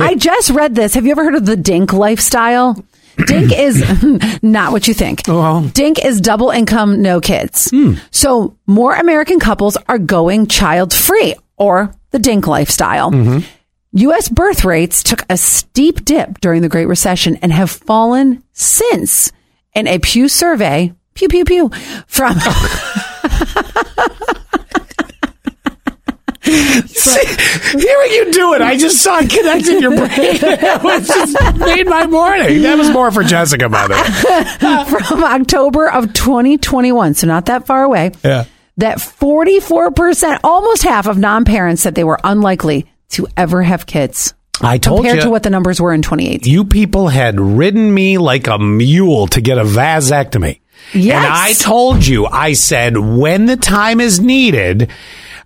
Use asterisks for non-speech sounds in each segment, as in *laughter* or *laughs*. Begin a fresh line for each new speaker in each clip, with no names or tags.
I just read this. Have you ever heard of the dink lifestyle? Dink is *laughs* not what you think.
um.
Oh.
Dink is double income, no kids. So more American couples are going child free or the dink lifestyle. U.S. birth rates took a steep dip during the Great Recession and have fallen since. In a Pew survey, pew, pew, pew, from. *laughs*
Hearing you do it, I just saw it connect in your brain. *laughs* That was just made my morning. That was more for Jessica, by the way.
from October of 2021, so not that far away,
Yeah.
that 44%, almost half of non parents said they were unlikely to ever have kids
I told
compared
you.
to what the numbers were in 2018.
you people had ridden me like a mule to get a vasectomy.
Yes.
And I told you, I said, when the time is needed,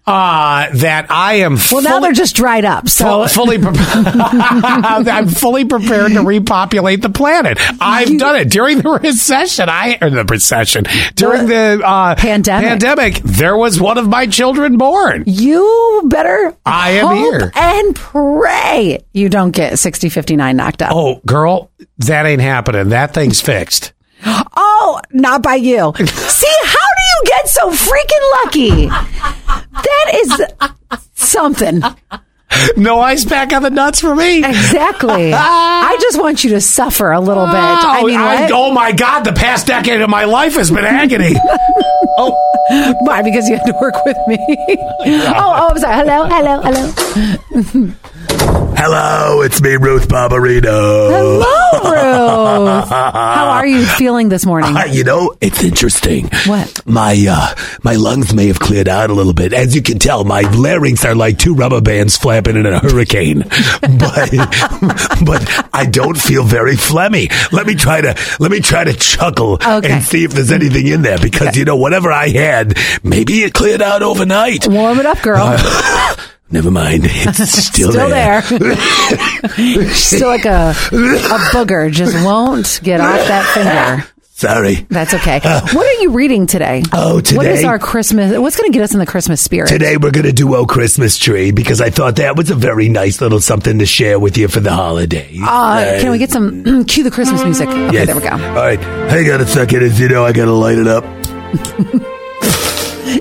uh, that I am
Well, now they're just dried up. So,
Fu- fully, pre- *laughs* I'm fully prepared to repopulate the planet. I've done it during the recession. I or the recession during the uh,
Pandemic.
Pandemic, there was one of my children born.
you better
I am
hope
here.
and pray you don't get 60 59 knocked up. Oh,
Oh, girl, that ain't happening. That thing's fixed.
Oh, not by
*laughs*
you. See, how do you get so freaking lucky? That is something.
No ice pack on the nuts for me.
Exactly. I just want you to suffer a little bit. I
Oh,
mean,
I-
what?
oh my God! The past decade of my life has been
*laughs*
agony. oh,
Why? Because you had to work with
*laughs*
me. oh, oh, I'm sorry. Hello, hello, hello.
hello, it's me, Ruth Barbarino. *laughs*
Hello, Ruth. How are you feeling this
*laughs*
morning?
Uh, you know, it's interesting.
What?
My uh, my lungs may have cleared out a little bit. As you can tell, my larynx are like two rubber bands flapping in a hurricane. *laughs* but but I don't feel very phlegmy. Let me try to let me try to chuckle
Okay.
and see if there's anything in there because you know whatever I had, maybe it cleared out overnight.
Warm it up, girl.
Never mind.
*laughs*
*laughs* It's still,
Still
*laughs*
there. Still like a a booger just won't get off that finger.
Sorry.
That's okay. What are you reading today?
Oh,
What is
today?
our Christmas? What's going to get us in the Christmas spirit?
Today we're going to do Oh Christmas Tree because I thought that was a very nice little something to share with you for the holidays.
Uh, can we get some cue the Christmas music? Okay,
Yes.
there we go.
All right, hang on a second. As you know, I gotta light it up.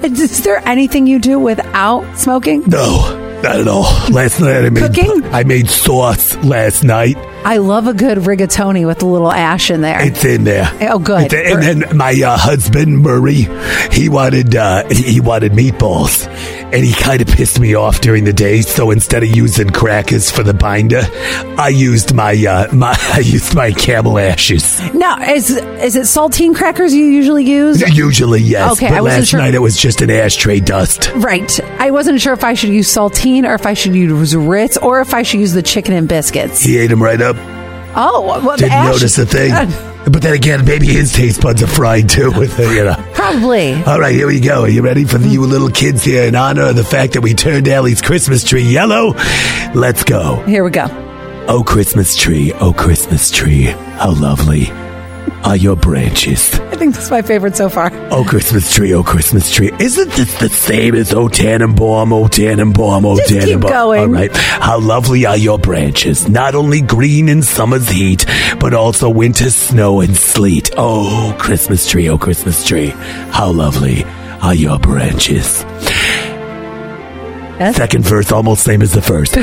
Is there anything you do without smoking?
No, not at all. Last night I made
Cooking?
I made sauce last night.
I love a good rigatoni with a little ash in there.
It's in there.
Oh, good.
It's in- and then my uh, husband Murray, he wanted uh, he he wanted meatballs, and he kind of pissed me off during the day. So instead of using crackers for the binder, I used my uh, my *laughs* I used my camel ashes.
Now, is is it saltine crackers you usually use?
Usually yes,
Okay, I
but
wasn't
last
sure-
night it was just an ashtray dust.
Right. I wasn't sure if I should use saltine or if I should use Ritz or if I should use the chicken and biscuits.
He ate them right up.
Oh, well, the
Didn't
ash-
notice a thing.
Uh,
But then again, maybe his taste buds are fried too. With uh, you know.
probably.
All right, here we go. Are you ready for the, you little kids here in honor of the fact that we turned Allie's Christmas tree yellow? Let's go.
Here we go.
Oh, Christmas tree, oh, Christmas tree, how lovely are your branches.
I think that's my favorite so far.
Oh, Christmas tree, oh, Christmas tree. Isn't this the same as Oh, Tannenbaum, Oh, Tannenbaum, Oh,
Just keep
Tannenbaum?
going.
All right. How lovely are your branches, not only green in summer's heat, but also winter snow and sleet. Oh, Christmas tree, oh, Christmas tree. How lovely are your branches.
Yes?
Second verse, almost same as
*laughs*
the first.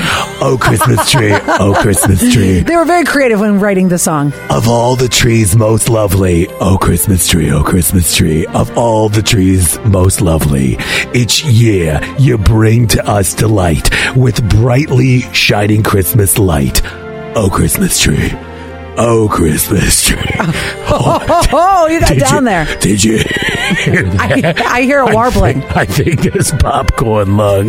Oh, Christmas tree, oh, Christmas tree.
They were very creative when writing the
*laughs*
song.
Of all the trees most lovely, oh Christmas tree, oh Christmas tree, of all the trees most lovely, each year you bring to us delight with brightly shining Christmas light. Oh Christmas tree, oh
*laughs*
Christmas tree.
Oh, oh you got
Did
down
you- *laughs*
there.
Did you?
I, I hear a warbling.
I think there's popcorn lung.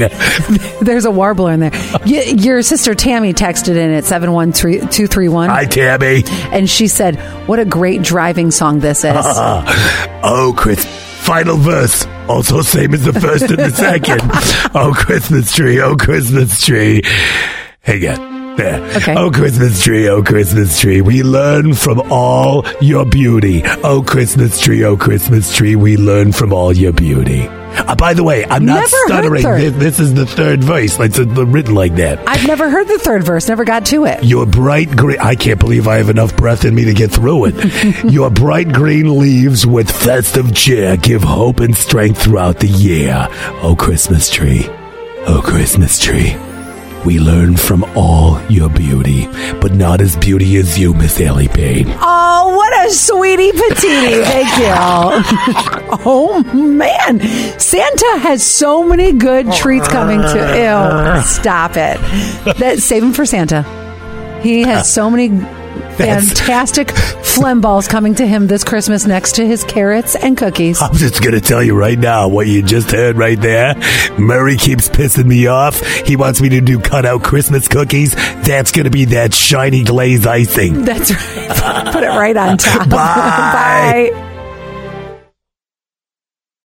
There's a warbler in there. Y- your sister Tammy texted in at 71231.
Hi, Tammy.
and she said, "What a great driving song this
Uh-huh.
is."
*laughs* Oh, Chris. Final verse. Also, same as the first
*laughs*
and the second. oh, Christmas tree. Oh, Christmas tree. Hang on. There.
Okay.
Oh, Christmas tree. Oh, Christmas tree. We learn from all your beauty. Oh, Christmas tree. Oh, Christmas tree. We learn from all your beauty. Uh, by the way, I'm not
Never heard
stuttering.
third.
This, this is the third verse. It's uh, written like that.
I've never heard the third verse, never got to it.
Your bright green. I can't believe I have enough breath in me to get through it. Your bright green leaves with festive cheer give hope and strength throughout the year. Oh, Christmas tree. Oh, Christmas tree. We learn from all your beauty, but not as beauty as you, Miss Ellie Payne. *laughs*
Oh, what a sweetie patootie. Thank you. oh, man. Santa has so many good treats coming to. Ew, stop it. That, save him for Santa. He has so many fantastic phlegm balls coming to him this Christmas next to his carrots and cookies.
I'm just gonna tell you right now what you just heard right there. Murray keeps pissing me off. He wants me to do cutout Christmas cookies. That's gonna be that shiny glaze icing.
*laughs* That's right. Put it right on top.
Bye.
*laughs* Bye.